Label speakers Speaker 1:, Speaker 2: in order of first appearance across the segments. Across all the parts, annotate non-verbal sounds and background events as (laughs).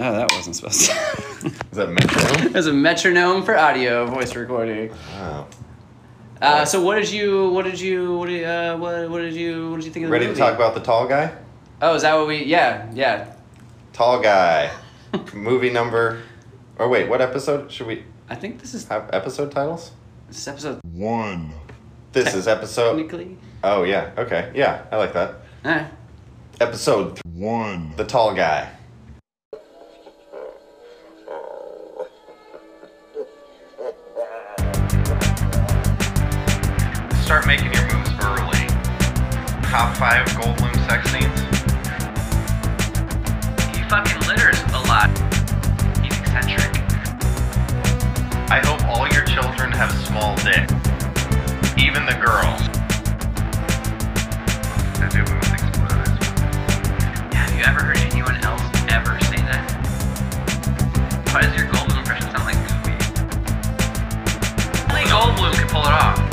Speaker 1: Oh, that wasn't supposed to.
Speaker 2: Is that
Speaker 1: (laughs)
Speaker 2: metronome?
Speaker 1: There's a metronome for audio voice recording.
Speaker 2: Wow.
Speaker 1: Uh, so what did you? What did you? What did, uh, what, what did you? What did you think of the
Speaker 2: Ready to
Speaker 1: movie?
Speaker 2: talk about the tall guy?
Speaker 1: Oh, is that what we? Yeah, yeah.
Speaker 2: Tall guy. Movie number. Or wait, what episode? Should we
Speaker 1: I think this is
Speaker 2: have episode titles?
Speaker 1: this is episode
Speaker 3: One.
Speaker 2: This is episode.
Speaker 1: technically.
Speaker 2: Oh, yeah. Okay. Yeah, I like that.
Speaker 1: Eh.
Speaker 2: Episode th-
Speaker 3: One.
Speaker 2: The Tall Guy.
Speaker 4: start making your moves early. Top five Goldblum sex scenes. He fucking litters a lot. He's eccentric. I hope all your children have small dicks. Even the girls. That dude was exploded. Have you ever heard anyone else ever say that? Why does your Goldblum impression sound like Goofy? Only Goldblum could pull it off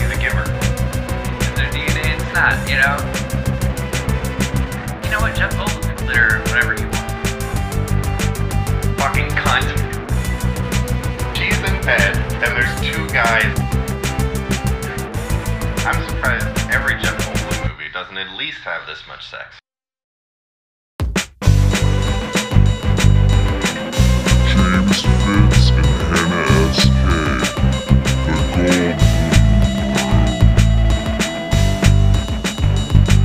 Speaker 4: he's a giver. And their DNA, it's not, you know. You know what, Jeff Goldblum can glitter whatever he wants. Fucking cunt. She's in bed, and there's two guys. I'm surprised every Jeff Goldblum movie doesn't at least have this much sex.
Speaker 3: James Fitz and Hannah S. K. The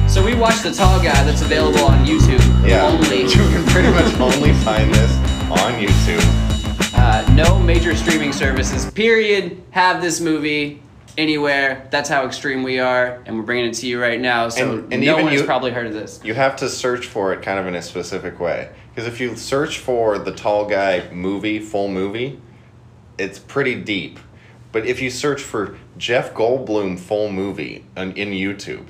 Speaker 1: So we watched the Tall Guy that's available on YouTube
Speaker 2: Yeah.
Speaker 1: only.
Speaker 2: (laughs) You can pretty much only find this on YouTube.
Speaker 1: Uh, no major streaming services. Period. Have this movie anywhere. That's how extreme we are, and we're bringing it to you right now. So
Speaker 2: And- and
Speaker 1: no
Speaker 2: even
Speaker 1: one's
Speaker 2: you-
Speaker 1: probably heard of this.
Speaker 2: You have to search for it kind of in a specific way. Because if you search for The Tall Guy movie, full movie, it's pretty deep. But if you search for Jeff Goldblum full movie on, in YouTube,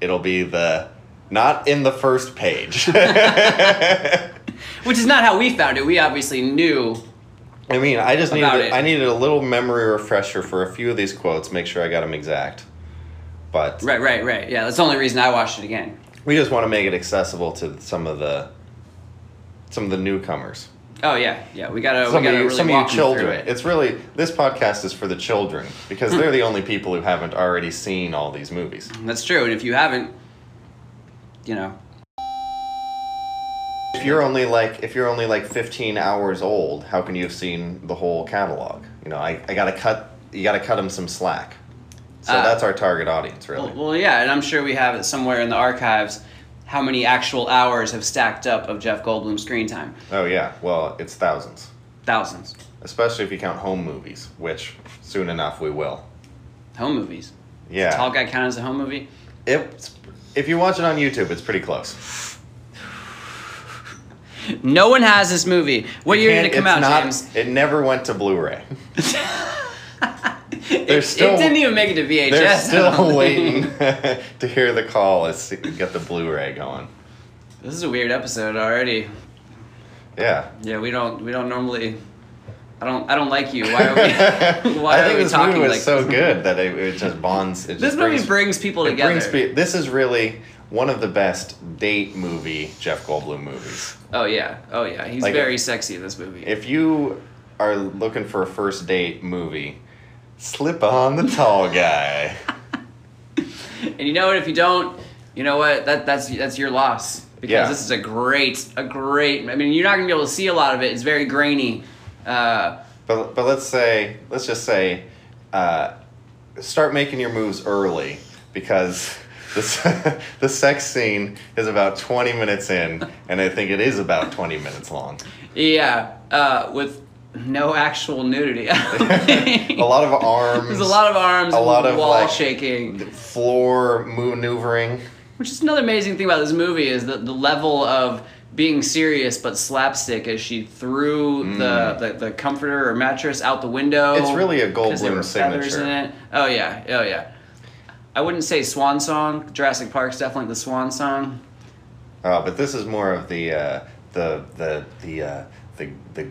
Speaker 2: it'll be the not in the first page. (laughs)
Speaker 1: Which is not how we found it. We obviously knew.
Speaker 2: I mean, I just
Speaker 1: About
Speaker 2: needed
Speaker 1: it.
Speaker 2: I needed a little memory refresher for a few of these quotes, make sure I got them exact. But
Speaker 1: Right, right, right. Yeah, that's the only reason I watched it again.
Speaker 2: we just want to make it accessible to some of the some of the newcomers.
Speaker 1: Oh yeah, yeah. We gotta,
Speaker 2: some
Speaker 1: we
Speaker 2: of
Speaker 1: gotta
Speaker 2: you,
Speaker 1: really
Speaker 2: some of
Speaker 1: walk
Speaker 2: you
Speaker 1: them through
Speaker 2: children.
Speaker 1: it.
Speaker 2: It's really this podcast is for the children because they're the only people who haven't already seen all these movies.
Speaker 1: That's true. And if you haven't, you know,
Speaker 2: If you're only like if you're only like 15 hours old, how can you have seen the whole catalog? You know, I, I gotta cut you gotta cut them some slack. So
Speaker 1: Uh,
Speaker 2: that's our target audience, really.
Speaker 1: well, well, yeah. And I'm sure we have it somewhere in the archives. How many actual hours have stacked up of Jeff Goldblum screen time?
Speaker 2: oh yeah, well it's thousands,
Speaker 1: Thousands.
Speaker 2: especially if you count home movies, which soon enough we will.
Speaker 1: Home movies.
Speaker 2: Yeah,
Speaker 1: Tall guy counted as a home movie.
Speaker 2: it's if you watch it on YouTube, it's pretty close.
Speaker 1: No one has this movie. What year did
Speaker 2: And
Speaker 1: it come
Speaker 2: it's
Speaker 1: out,
Speaker 2: not- (laughs)
Speaker 1: James? (laughs)
Speaker 2: It never went to Blu-ray. (laughs)
Speaker 1: It,
Speaker 2: There's still
Speaker 1: it didn't even make it to VHS.
Speaker 2: They're
Speaker 1: I don't (laughs)
Speaker 2: still
Speaker 1: think.
Speaker 2: waiting (laughs) to hear the call as to get the Blu-ray going.
Speaker 1: This is a weird episode already.
Speaker 2: Yeah.
Speaker 1: Yeah, we don't we don't normally. I don't I don't like you. Why
Speaker 2: (laughs)
Speaker 1: are we? Why
Speaker 2: I think
Speaker 1: are we
Speaker 2: this
Speaker 1: talking
Speaker 2: movie was
Speaker 1: like
Speaker 2: so good that it, it just bonds. It
Speaker 1: this
Speaker 2: just
Speaker 1: movie
Speaker 2: brings,
Speaker 1: brings people
Speaker 2: it
Speaker 1: together.
Speaker 2: brings pe- this is really one of the best date movie Jeff Goldblum movies.
Speaker 1: oh yeah, oh yeah. He's
Speaker 2: Like-
Speaker 1: very sexy in this movie.
Speaker 2: If you are looking for a first date movie, slip on the tall guy. (laughs)
Speaker 1: and you know what? If you don't, you know what? That that's that's your loss because
Speaker 2: Yeah.
Speaker 1: this is a great a great. I mean, you're not gonna be able to see a lot of it. It's very grainy. Uh,
Speaker 2: But but let's say let's just say, uh, start making your moves early because the (laughs) the sex scene is about twenty minutes in, and I think it is about twenty minutes long.
Speaker 1: yeah, uh, with no actual
Speaker 2: (laughs)
Speaker 1: nudity. (laughs)
Speaker 2: a lot of arms.
Speaker 1: There's a lot of arms,
Speaker 2: A lot
Speaker 1: and
Speaker 2: of,
Speaker 1: wall
Speaker 2: like,
Speaker 1: shaking,
Speaker 2: floor maneuvering.
Speaker 1: which is another amazing thing about this movie is that the level of being serious but slapstick as she threw the, the the comforter or mattress out the window.
Speaker 2: Mm. It's really a
Speaker 1: 'cause there
Speaker 2: Goldblum
Speaker 1: were feathers
Speaker 2: signature.
Speaker 1: In it. Oh yeah, oh yeah. I wouldn't say swan song. Jurassic Park's definitely the swan song.
Speaker 2: Uh, but this is more of the uh, the the the uh, the the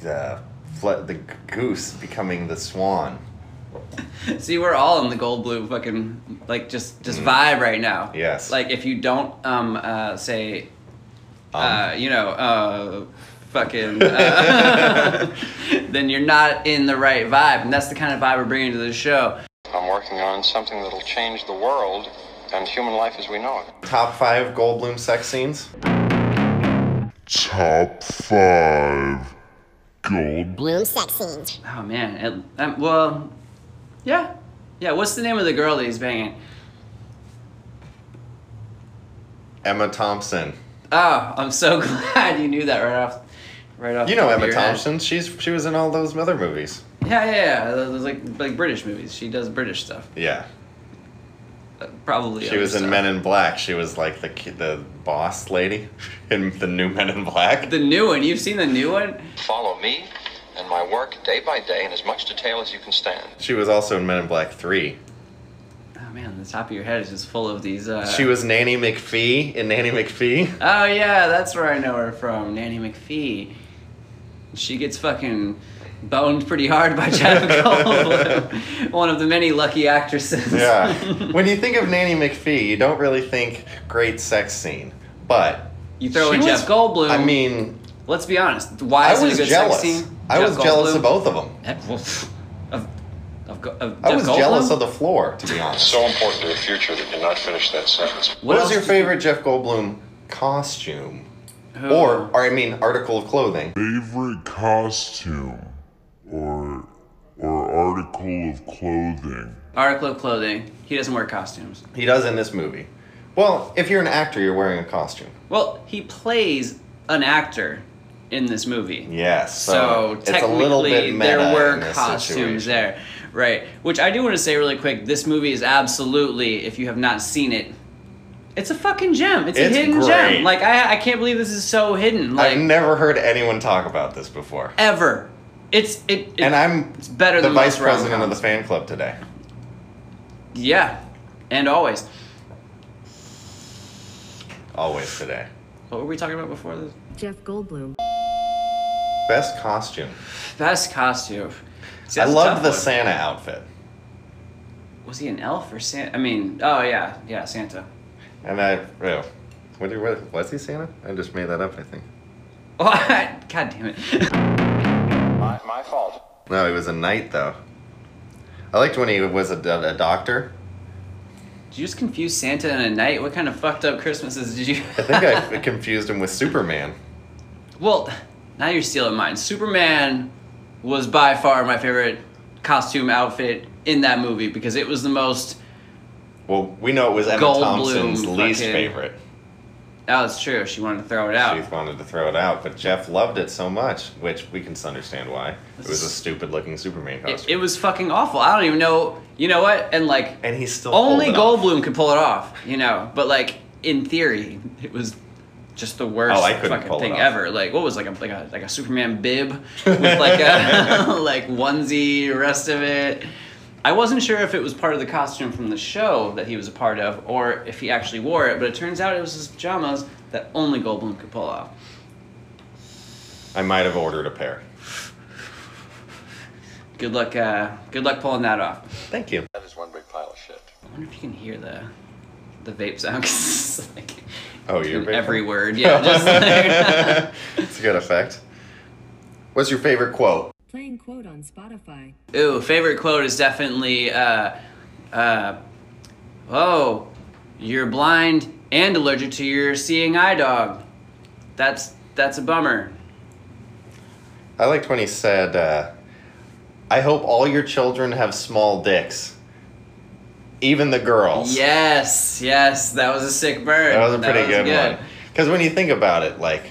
Speaker 2: the, fle- the goose becoming the swan.
Speaker 1: See, we're all in the gold blue fucking like just just vibe right now.
Speaker 2: Mm. Yes.
Speaker 1: Like if you don't um uh say uh, you know, uh, fucking, uh, (laughs) then you're not in the right vibe. And that's the kind of vibe we're bringing to this show.
Speaker 5: I'm working on something that'll change the world and human life as we know it.
Speaker 2: Top five Goldblum sex scenes.
Speaker 3: Top 5 Gold
Speaker 6: Bloom sex scenes.
Speaker 1: Oh man, it, um, well, yeah, yeah. What's the name of the girl that he's banging?
Speaker 2: Emma Thompson.
Speaker 1: Oh, I'm so (laughs) glad you knew that right off, right off.
Speaker 2: You know
Speaker 1: the top of
Speaker 2: Emma
Speaker 1: your head.
Speaker 2: Thompson. She's she was in all those other movies.
Speaker 1: Yeah, yeah, yeah. Those, those, like like British movies. She does British stuff.
Speaker 2: Yeah.
Speaker 1: Uh, Probably.
Speaker 2: She
Speaker 1: other
Speaker 2: was in
Speaker 1: stuff.
Speaker 2: Men in Black. She was like the ki- the boss lady (laughs) in the new Men in Black.
Speaker 1: The new one. You've seen the new one.
Speaker 5: Follow me and my work day by day in as much detail as you can stand.
Speaker 2: She was also in Men in Black 3.
Speaker 1: Oh man, the top of your head is just full of these. Uh,
Speaker 2: She was Nanny McPhee in Nanny McPhee.
Speaker 1: Oh yeah, that's where I know her from, Nanny McPhee. She gets fucking boned pretty hard by
Speaker 2: (laughs)
Speaker 1: Chadwick Goldblum, one of the many lucky actresses.
Speaker 2: Yeah.
Speaker 1: (laughs)
Speaker 2: (laughs) when you think of Nanny McPhee, you don't really think great sex scene. But
Speaker 1: you throw
Speaker 2: she
Speaker 1: in
Speaker 2: was-
Speaker 1: Jeff Goldblum.
Speaker 2: I mean,
Speaker 1: let's be honest. Why is
Speaker 2: I
Speaker 1: it a
Speaker 2: was
Speaker 1: good
Speaker 2: jealous.
Speaker 1: sex scene?
Speaker 2: I
Speaker 1: Jeff
Speaker 2: was jealous
Speaker 1: Goldblum?
Speaker 2: of both of them.
Speaker 1: Eh, well, pff, Of, of, Go- of
Speaker 2: I
Speaker 1: Jeff
Speaker 2: was
Speaker 1: Goldblum?
Speaker 2: jealous of the floor, to be honest.
Speaker 5: So important to the future that you not finish that sentence.
Speaker 2: What, was
Speaker 1: else
Speaker 2: your
Speaker 1: did-
Speaker 2: favorite Jeff Goldblum costume?
Speaker 1: who-
Speaker 2: Or, or I mean, article of clothing.
Speaker 3: Favorite costume or or article of clothing.
Speaker 1: article of clothing? He doesn't wear costumes.
Speaker 2: He does in this movie. Well, if you're an actor, you're wearing a costume.
Speaker 1: Well, he plays an actor in this movie.
Speaker 2: Yes.
Speaker 1: So,
Speaker 2: it's a little
Speaker 1: technically,
Speaker 2: bit meta
Speaker 1: there
Speaker 2: in
Speaker 1: were
Speaker 2: this
Speaker 1: costumes
Speaker 2: situation.
Speaker 1: there, right? Which I do want to say really quick. This movie is absolutely, if you have not seen it, it's a fucking gem. It's,
Speaker 2: It's
Speaker 1: a hidden
Speaker 2: great.
Speaker 1: gem. Like I, I can't believe this is so hidden. Like
Speaker 2: I've never heard anyone talk about this before.
Speaker 1: ever. It's it, it-
Speaker 2: and I'm
Speaker 1: it's better
Speaker 2: the
Speaker 1: than
Speaker 2: vice
Speaker 1: most
Speaker 2: president of the
Speaker 1: rom-coms.
Speaker 2: fan club today.
Speaker 1: yeah, and always.
Speaker 2: Always today.
Speaker 1: What were we talking about before this?
Speaker 7: Jeff Goldblum.
Speaker 2: Best costume.
Speaker 1: Best costume. See,
Speaker 2: I
Speaker 1: that's a
Speaker 2: loved
Speaker 1: tough
Speaker 2: the
Speaker 1: one.
Speaker 2: Santa outfit.
Speaker 1: Was he an elf or Santa? I mean, oh yeah, yeah, Santa. (laughs)
Speaker 2: And I, well, what, do- what was he Santa? I just made that up. I think.
Speaker 1: Oh, God damn it.
Speaker 5: My, my fault.
Speaker 2: No, he was a knight though. I liked when he was a, a doctor.
Speaker 1: Did you just confuse Santa and a knight? What kind of fucked up Christmases did you?
Speaker 2: I think I confused him with Superman.
Speaker 1: (laughs) well, now you're stealing mine. Superman was by far my favorite costume outfit in that movie because it was the most.
Speaker 2: Well, we know it was Emma
Speaker 1: Goldblum
Speaker 2: Thompson's least
Speaker 1: fucking-
Speaker 2: favorite.
Speaker 1: Oh, it's true. She wanted to throw it
Speaker 2: She
Speaker 1: out.
Speaker 2: wanted to throw it out, but Jeff loved it so much, which we can understand why. It was a stupid-looking Superman
Speaker 1: It,
Speaker 2: costume,
Speaker 1: it was fucking awful. I don't even know. You know what? And like,
Speaker 2: and he still
Speaker 1: only
Speaker 2: pulled it off.
Speaker 1: Goldblum could pull it off. You know, but like in theory, it was just the worst
Speaker 2: Oh, I couldn't
Speaker 1: fucking
Speaker 2: pull it
Speaker 1: thing
Speaker 2: off.
Speaker 1: ever. Like, what was like a like a like a Superman bib with like
Speaker 2: (laughs)
Speaker 1: a (laughs) like onesie, rest of it. I wasn't sure if it was part of the costume from the show that he was a part of, or if he actually wore it. But it turns out it was his pajamas that only Goldblum could pull off.
Speaker 2: I might have ordered a pair.
Speaker 1: Good luck, uh, good luck pulling that off.
Speaker 2: Thank you.
Speaker 5: That is one big pile of shit.
Speaker 1: I wonder if you can hear the the vape sound. 'cause it's like,
Speaker 2: Oh, you're
Speaker 1: in
Speaker 2: very-
Speaker 1: every word, yeah. Just (laughs)
Speaker 2: (laughs)
Speaker 1: like,
Speaker 2: It's a (laughs) good effect. What's your favorite quote?
Speaker 7: Playing quote on Spotify.
Speaker 1: Ooh, favorite quote is definitely, uh, uh, oh, you're blind and allergic to your seeing eye dog. That's that's a bummer.
Speaker 2: I liked when he said, uh, "I hope all your children have small dicks, even the girls."
Speaker 1: Yes, yes, that was a sick bird.
Speaker 2: that was a pretty good, one. Because when you think about it, like,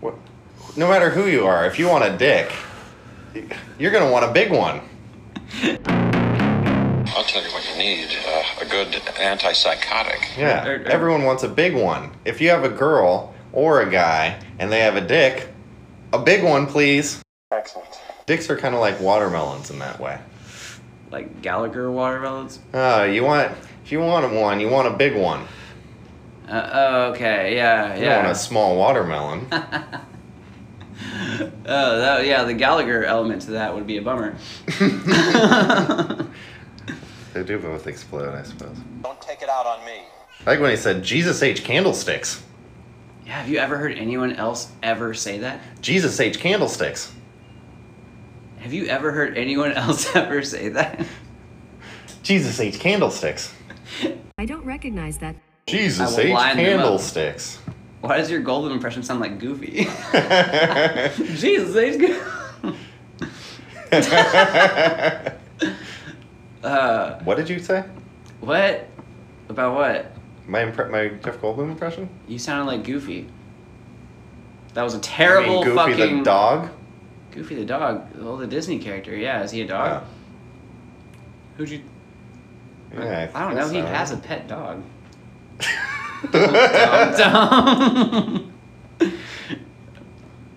Speaker 2: what, no matter who you are, if you want a dick, you're gonna want a big one.
Speaker 5: I'll tell you what you need uh, a good antipsychotic.
Speaker 2: Yeah,
Speaker 1: Or- or-
Speaker 2: everyone wants a big one. If you have a girl or a guy and they have a dick, a big one, please.
Speaker 5: Excellent.
Speaker 2: Dicks are kind of like watermelons in that way.
Speaker 1: Like Gallagher watermelons.
Speaker 2: Uh, you want if you want one, you want a big one.
Speaker 1: Uh, oh, okay, yeah,
Speaker 2: You don't want
Speaker 1: yeah.
Speaker 2: a small watermelon.
Speaker 1: Oh, that, yeah, the Gallagher element to that would be a bummer.
Speaker 2: they do both explode, I suppose.
Speaker 5: Don't take it out on me.
Speaker 2: I like when he said Jesus H candlesticks.
Speaker 1: Yeah, have you ever heard anyone else ever say that?
Speaker 2: Jesus H. Candlesticks.
Speaker 1: Have you ever heard anyone (laughs) else ever say that?
Speaker 2: Jesus H. Candlesticks.
Speaker 7: I don't recognize that.
Speaker 1: I
Speaker 2: Jesus
Speaker 1: will
Speaker 2: H.
Speaker 1: line them up.
Speaker 2: Candlesticks.
Speaker 1: Why does your Goldblum impression sound like
Speaker 2: (laughs)
Speaker 1: Goofy? (laughs) Jesus, he's good. uh,
Speaker 2: What did you say?
Speaker 1: (laughs) what about what?
Speaker 2: My impre- my Jeff Goldblum impression?
Speaker 1: You sounded like Goofy. That was a
Speaker 2: You
Speaker 1: terrible
Speaker 2: mean Goofy
Speaker 1: fucking
Speaker 2: the dog?
Speaker 1: Goofy the dog. Well, the Disney character. Yeah, is he a dog?
Speaker 2: Oh.
Speaker 1: Who'd you?
Speaker 2: Yeah,
Speaker 1: I don't know.
Speaker 2: guess
Speaker 1: He
Speaker 2: so.
Speaker 1: has a pet
Speaker 2: (laughs)
Speaker 1: dog. Dum-dum. (laughs)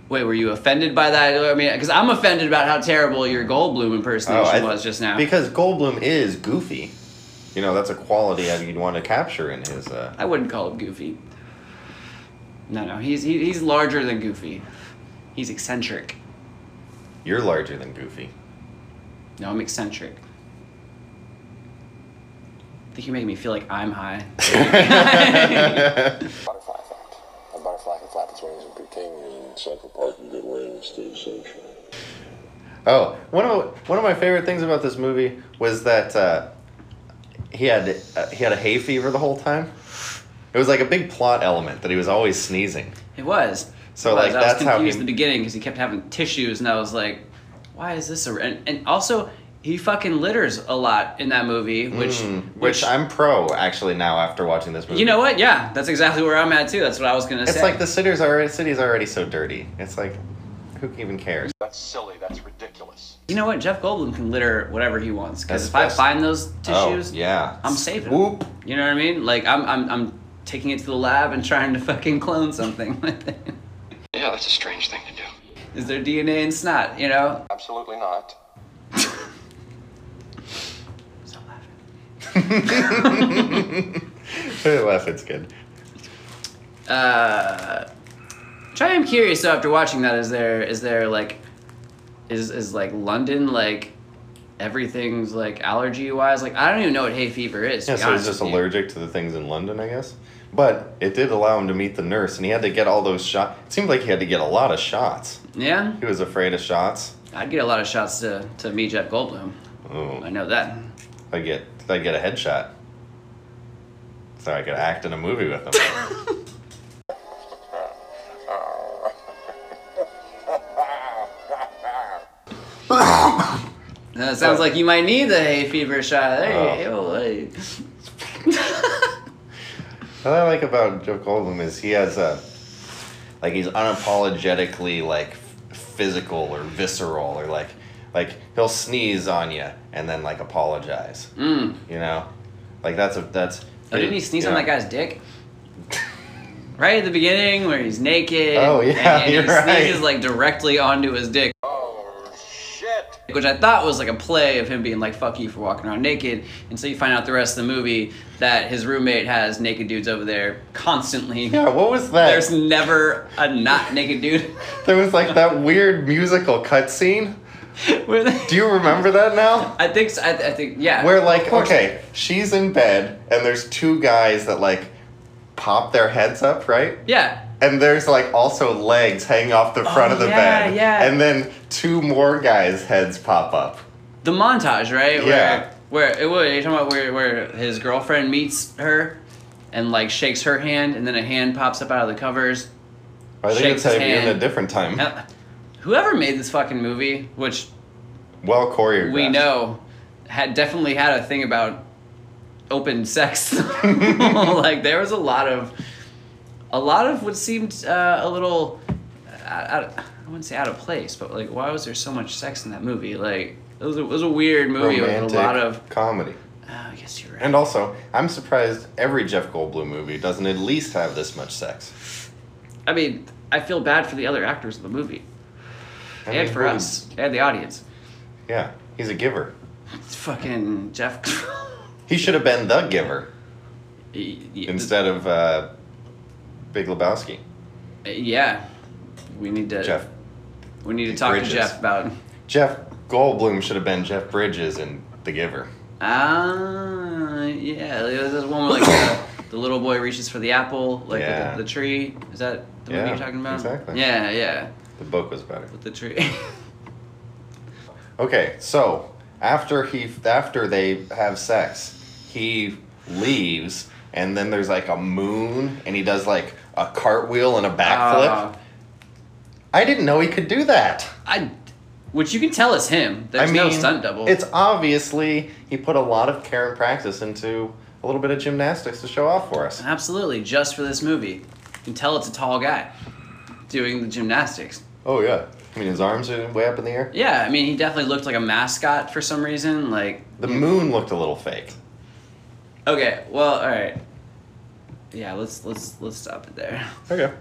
Speaker 1: Wait, were you offended by that? I mean, because I'm offended about how terrible your Goldblum impersonation
Speaker 2: Oh, I-
Speaker 1: was just now.
Speaker 2: Because Goldblum is goofy. You know, that's a quality that you'd want to capture in his. Uh,
Speaker 1: I wouldn't call him Goofy. No, no, he's he, he's larger than Goofy. He's eccentric.
Speaker 2: you're larger than Goofy.
Speaker 1: No, I'm eccentric. I think you're making me feel like I'm high.
Speaker 6: Butterfly effect. A butterfly can flap its wings and pretend you're in Central Park and get away and stay sunshine.
Speaker 2: Oh, one of one of my favorite things about this movie was that uh, he had uh, he had a hay fever the whole time. It was like a big plot element that he was always sneezing.
Speaker 1: It was.
Speaker 2: So,
Speaker 1: It was.
Speaker 2: like,
Speaker 1: I
Speaker 2: that's
Speaker 1: was
Speaker 2: how
Speaker 1: confused
Speaker 2: he-
Speaker 1: in the beginning because he kept having tissues, and I was like, "Why is this?" A... And, and also, he fucking litters a lot in that movie, which
Speaker 2: Hmm, Which I'm pro actually now after watching this movie.
Speaker 1: you know what? Yeah, that's exactly where I'm at too. That's what I was gonna
Speaker 2: it's
Speaker 1: say.
Speaker 2: like the city's already city's already so dirty. It's like who even cares?
Speaker 6: That's silly. That's ridiculous.
Speaker 1: you know what? Jeff Goldblum can litter whatever he wants because
Speaker 2: That's
Speaker 1: if I
Speaker 2: best.
Speaker 1: find those
Speaker 2: Oh,
Speaker 1: tissues,
Speaker 2: yeah.
Speaker 1: I'm saving. them.
Speaker 2: Whoop. (laughs)
Speaker 1: You know what I mean? Like I'm I'm I'm taking it to the lab and trying to fucking clone something with it.
Speaker 5: Yeah, that's a strange thing to do.
Speaker 1: Is there DNA in snot? You know.
Speaker 5: Absolutely not.
Speaker 1: Stop laughing.
Speaker 2: Laugh, it's good.
Speaker 1: uh, which I am curious. So after watching that, is there is there like, is is like London like, everything's like allergy wise? Like I don't even know what hay fever is. to
Speaker 2: Yeah,
Speaker 1: be
Speaker 2: so he's
Speaker 1: honest
Speaker 2: just
Speaker 1: with you.
Speaker 2: allergic to the things in London, I guess. But it did allow him to meet the nurse, and he had to get all those shots. It seemed like he had to get a lot of shots.
Speaker 1: Yeah,
Speaker 2: He was afraid of shots.
Speaker 1: I'd get a lot of shots to to me Jeff Goldblum. I
Speaker 2: Oh,
Speaker 1: know that.
Speaker 2: I get I get a headshot, so I could act in a movie with him.
Speaker 1: Uh, sounds like you might need the hay fever shot. There you
Speaker 2: Oh.
Speaker 1: go. hey.
Speaker 2: (laughs) what I like about Joe Goldblum is he has a, like he's unapologetically like f- physical or visceral or like like he'll sneeze on you and then like apologize.
Speaker 1: Mm.
Speaker 2: You know, like that's a that's.
Speaker 1: Oh, didn't he sneeze on
Speaker 2: yeah.
Speaker 1: that guy's dick? Right at the beginning, where he's naked.
Speaker 2: Oh,
Speaker 1: and-
Speaker 2: yeah,
Speaker 1: and
Speaker 2: you're
Speaker 1: he
Speaker 2: right.
Speaker 1: sneezes like directly onto his dick.
Speaker 6: Oh, shit.
Speaker 1: which I thought was like a play of him being like "fuck you" for walking around naked, and so you find out the rest of the movie that his roommate has naked dudes over there constantly.
Speaker 2: Yeah, what was that?
Speaker 1: (laughs) There's never a not naked dude. (laughs)
Speaker 2: There was like that weird musical cutscene.
Speaker 1: Where they,
Speaker 2: Do you remember that now?
Speaker 1: I think so, I, I think yeah.
Speaker 2: Where like
Speaker 1: Of course.
Speaker 2: okay, she's in bed and there's two guys that like pop their heads up, right?
Speaker 1: Yeah.
Speaker 2: And there's like also legs hanging off the front
Speaker 1: Oh,
Speaker 2: of the
Speaker 1: yeah,
Speaker 2: bed.
Speaker 1: yeah.
Speaker 2: And then two more guys' heads pop up.
Speaker 1: The montage, right? Where,
Speaker 2: Yeah.
Speaker 1: Where it was you're talking about where where his girlfriend meets her, and like shakes her hand, and then a hand pops up out of the covers.
Speaker 2: I think
Speaker 1: Shakes
Speaker 2: it's having
Speaker 1: his
Speaker 2: in a
Speaker 1: hand.
Speaker 2: different time.
Speaker 1: Now, Whoever made this fucking movie, which
Speaker 2: Well choreographed.
Speaker 1: we know had definitely had a thing about open sex. (laughs) like there was a lot of a lot of what seemed uh, a little out, out, I wouldn't say out of place, but like why was there so much sex in that movie? Like it was a, it was a weird movie
Speaker 2: Romantic
Speaker 1: with a lot of.
Speaker 2: comedy.
Speaker 1: Oh, I guess you're right.
Speaker 2: And also, I'm surprised every Jeff Goldblum movie doesn't at least have this much sex.
Speaker 1: I mean, I feel bad for the other actors in the movie,
Speaker 2: I
Speaker 1: and
Speaker 2: mean,
Speaker 1: for
Speaker 2: who-
Speaker 1: us, and the audience.
Speaker 2: Yeah, he's a giver.
Speaker 1: It's fucking Jeff. (laughs)
Speaker 2: He should have been the giver instead of uh, Big Lebowski.
Speaker 1: Uh, Yeah, we need to.
Speaker 2: Jeff
Speaker 1: We need to talk
Speaker 2: Bridges.
Speaker 1: to Jeff about.
Speaker 2: Jeff Goldblum should have been Jeff Bridges in The Giver.
Speaker 1: uh, Ah, yeah. There's this one where like the, the little boy reaches for the apple, like
Speaker 2: Yeah.
Speaker 1: with the, the tree. Is that the
Speaker 2: Yeah,
Speaker 1: movie you're talking about?
Speaker 2: exactly.
Speaker 1: Yeah, yeah,
Speaker 2: The book was better.
Speaker 1: with the tree.
Speaker 2: Okay, so after he after they have sex, he leaves, and then there's like a moon, and he does like a cartwheel and a
Speaker 1: (laughs)
Speaker 2: backflip.
Speaker 1: Uh,
Speaker 2: I didn't know he could do that.
Speaker 1: I, which you can tell is him. There's
Speaker 2: I mean,
Speaker 1: no stunt double.
Speaker 2: It's obviously he put a lot of care and practice into a little bit of gymnastics to show off for us.
Speaker 1: absolutely just for this movie. You can tell it's a tall guy doing the gymnastics.
Speaker 2: Oh yeah, I mean his arms are way up in the air.
Speaker 1: Yeah, I mean, he definitely looked like a mascot for some reason. Like,
Speaker 2: The moon looked a little fake.
Speaker 1: okay, well, all right. Yeah, let's let's let's stop it there.
Speaker 2: Okay.